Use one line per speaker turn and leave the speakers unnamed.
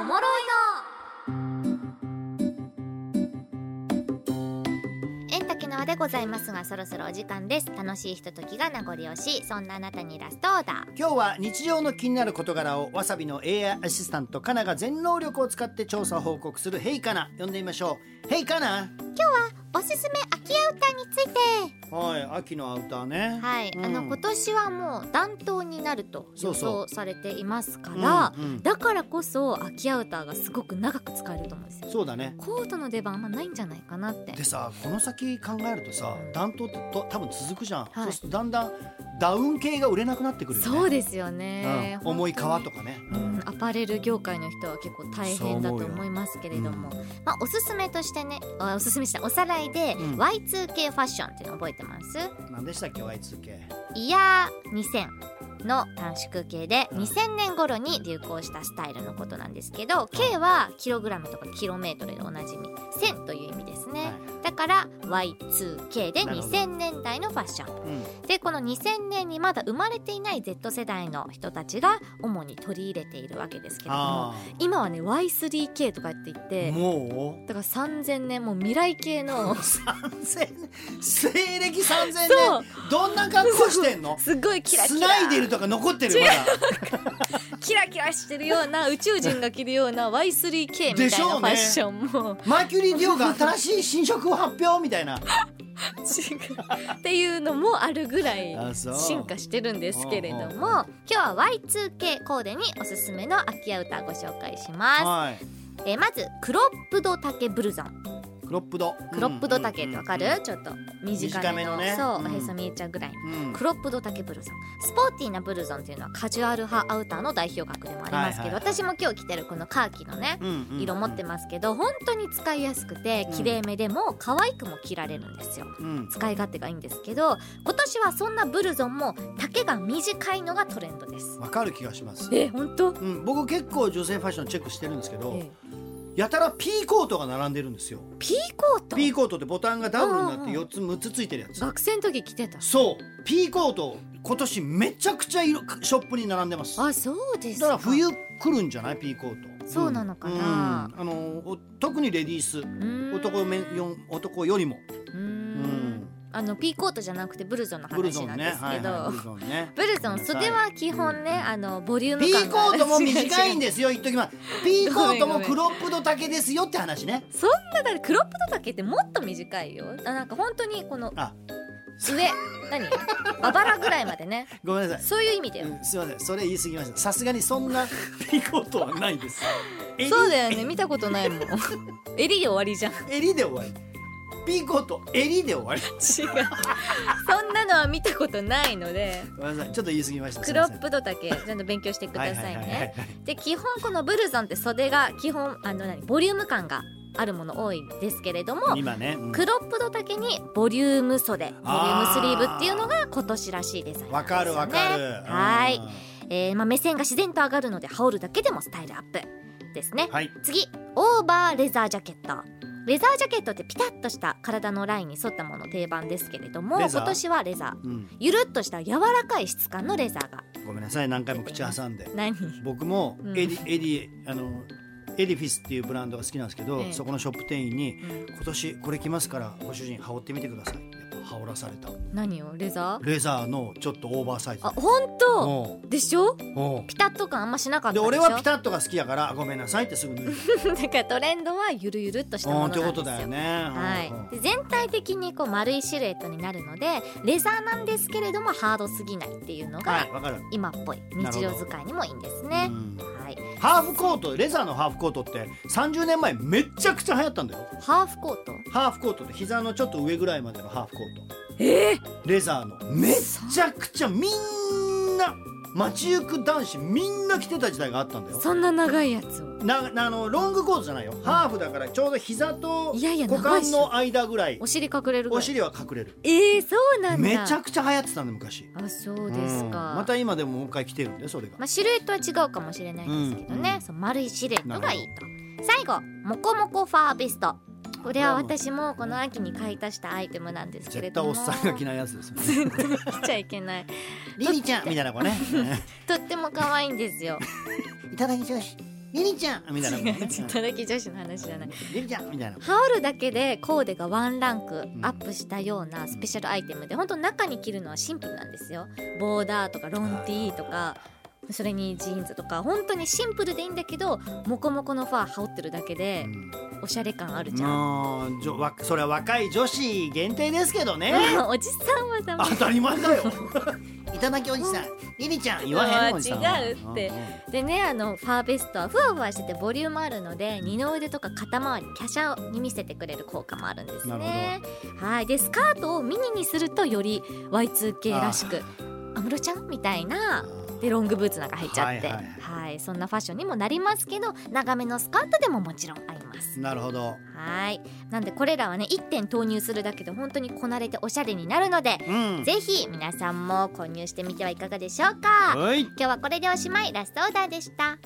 おもろいの円竹縄でございますがそろそろお時間です楽しいひとときが名残惜しいそんなあなたにラストオーダー
今日は日常の気になる事柄をわさびの AI アシスタントカナが全能力を使って調査報告する「ヘイカナ」呼んでみましょう「ヘイカナ
おすすめ秋アウターについて」
はい秋のアウターね
はい、あの
うん
今年はもう暖冬になると
そ
予
うそう
想されていますから
うんうん
だからこそ秋アウターがすごく長く使えると思うんですよ
そうだね
コートの出番あんまないんじゃないかなって
でさこの先考えるとさ暖冬ってと多分続くじゃん、
はい
そうするとだんだんダウン系が売れなくなってくるよね
そう
で
ですよね、
うん、重い皮
本当に
とかね、
うんアパレル業界の人は結構大変だと思いますけれども、まあ、おすすめとしてねあおすすめしたおさらいで、
う
Y2K
ん
ファッションっていうの覚えてます
うん、何でしたっけ Y2K
イヤー2000の短縮系で2000年頃に流行したスタイルのことなんですけど K はキログラムとかキロメートルでおなじみ1000という意味ですね、
はい
だから Y2K で
なるほど
2000年代のファッション
うん
でこの2000年にまだ生まれていない Z 世代の人たちが主に取り入れているわけですけれども
あ
今はね Y3K とかって言っ
あ
て
もう
だから3000年もう未来系の
3000西暦3000年
そう
どんな格好してんの
すごいキラキ
ス
ラ
ナイデルとか残ってるよまだ
キラキラしてるような宇宙人が着るような Y3K みたいな
でし
フ
ょ
ァ
うね
ッション も
マーキュリー・ディオが新しい新色を発表みた いな
違うっていうのもあるぐらい
あそう
進化してるんですけれど
うんうんうん
も今日は Y2K コーデにおすすめの秋アウターご紹介します。
はい
えーまずクロップド丈ブルゾン
クロップド
クロップド丈ってわかる、
うん
ちょっと短めの
短めのね
そう、
うん
おへそ見えちゃうぐらいの
うん
クロップド丈ブルゾンスポーティーなブルゾンっていうのはカジュアル派アウターの代表格でもありますけど、
はいはいはい
私も今日着てるこのカーキのね
うんうん
色持ってますけど、本当に使いやすくて
うん
綺麗めでも可愛くも着られるんですよ
うん
使い勝手がいいんですけど今年はそんなブルゾンも丈が短いのがトレンドです
わかる気がします
え本当
うん、僕結構女性ファッションチェックしてるんですけど、
え
やたら P コートが並んでるんですよ
ピーコート
P コートってボタンがダブルになっ
うんう
て
ん
4つ6つついてるやつ
学生の時着てた
そう P コート今年めちゃくちゃ色ショップに並んでますだ
あそうです
から冬来るんじゃない P コート
そうなのかな
うんあのお特にレディース
うん
男めよ男よりも
うー
うん
んあのピーコートじゃなくてブルゾンの
ブル
話
ゾ
な
ン
ん
ね
です
は
け
いは
ど
いブルゾンね
ブルゾン袖は基本ねあのボリューム
P
感が
コートも
違う
短いん
違う
ですよ言っときます P コート
ご
も
めんごめん
クロップド丈ですよって話ね
そんなだからクロップド丈ってもっと短いよあなんか本当にこの
あ
上何あばらぐらいまでね
ごめんなさい
そういう意味だよ
うんすいませんそれ言い過ぎましたさすがにそんなピーコートはないです
そうだよね見たことない もん襟で終わりじゃん
襟で終わりピーコート襟で終わり
違うそんなのは見たことないので
ごめんなさいちょっと言い過ぎました
クロッ
プ
プド丈ちゃんと勉強してくださいね
はい
で基本このブルゾンって袖が基本あの何ボリューム感があるもの多いですけれども
今ね、うん
クロップド丈にボリューム袖ボリュームスリーブっていうのが今年らしいデザインな
わ
んですよ
か
ね
るわかる、
はい
うん、
えーまあ、目線が自然と上がるので羽織るだけでもスタイルアップですね
はい
次オーバーレザージャケットレザージャケットってピタッとした体のラインに沿ったもの定番ですけれども
レザー
今年はレザー
うん、
ゆるっとした柔らかい質感のレザーが
ごめんなさい何回も口挟んで
何
僕も
うん
エディ、エディあのエディフィスっていうブランドが好きなんですけど、
ええ
そこのショップ店員に今年これ来ますからご主人羽織ってみてくださいやっぱ羽織らされた
何をレザー
レザーのちょっとオーバーサイズ
あ本当
おう
でしょ
おう
ピタッと感あんましなかった
で
でしょ
俺はピタッとが好きだからごめんなさいってすぐ脱いだ
だからトレンドはゆるゆるっとした
う
ものなんん
っ
です
て
よ
ことだよね
はい、で全体的にこう丸いシルエットになるのでレザーなんですけれどもハードすぎないっていうの
うんはい
が
わかる
今っぽい
なる
日
ほど
常使いにもいいんですね
う。ん
はい、
ハーフコートレザーのハーフコートって30年前めっちゃくちゃ流行ったんだよ
ハーフコート
ハーフコートって膝のちょっと上ぐらいまでのハーフコート
え
レザーのめっちゃくちゃみんな街行く男子みんな着てた時代があったんだよ
そんな長いやつを
ななあのロングコートじゃないよハーフだからちょうど膝と
いやいや
股
長いっ
間
しょ
の間ぐらい
お尻隠れるぐ
お
らい
尻は隠れる
えー、そうなんだ
めちゃくちゃ流行ってたんだ昔
あそうですか、
ん
ま
また今でももう一回来てるんでそれが、
あ、シルエットは違うかもしれないですけどね、
うんうん
そう丸いシルエットがいいと最後モコモコファーベストこれは私もこの秋に買い足したアイテムなんですけれ
絶
ど
対
も
おっさんが着ないやつです よね
着ちゃいけない
リリちゃんみたいな子ね
とっても可愛いんですよ
いただき女子リリちゃんみたいなもんね。
働き女子の話じゃない
リリちゃんみたいな。
羽織るだけでコーデがワンランクアップしたようなスペシャルアイテムで、本当中に着るのはシンプルなんですよボーダーとかロン T とかそれにジーンズとか本当にシンプルでいいんだけどモコモコのファー羽織ってるだけでおしゃれ感あるじゃん、
もうじょわそれは若い女子限定ですけどね。
おじさんはダメ
当たり前 だよ。いただきおじさん、リリちゃん言わへんのおじさんは。
違うってでねあのファーベストはふわふわしててボリュームあるので二の腕とか肩周り華奢に見せてくれる効果もあるんですねはいでスカートをミニにするとより Y2K らしく安室ちゃんみたいなでロングブーツなんか入っちゃって
は
はいい、
はい
そんなファッションにもなりますけど長めのスカートでももちろん合います
うんなるほど。
はいなんでこれらはね1点投入するだけで本当にこなれておしゃれになるので
うん。
ぜひ皆さんも購入してみてはいかがでしょうか
はい。
今日はこれでおしまいラストオーダーでした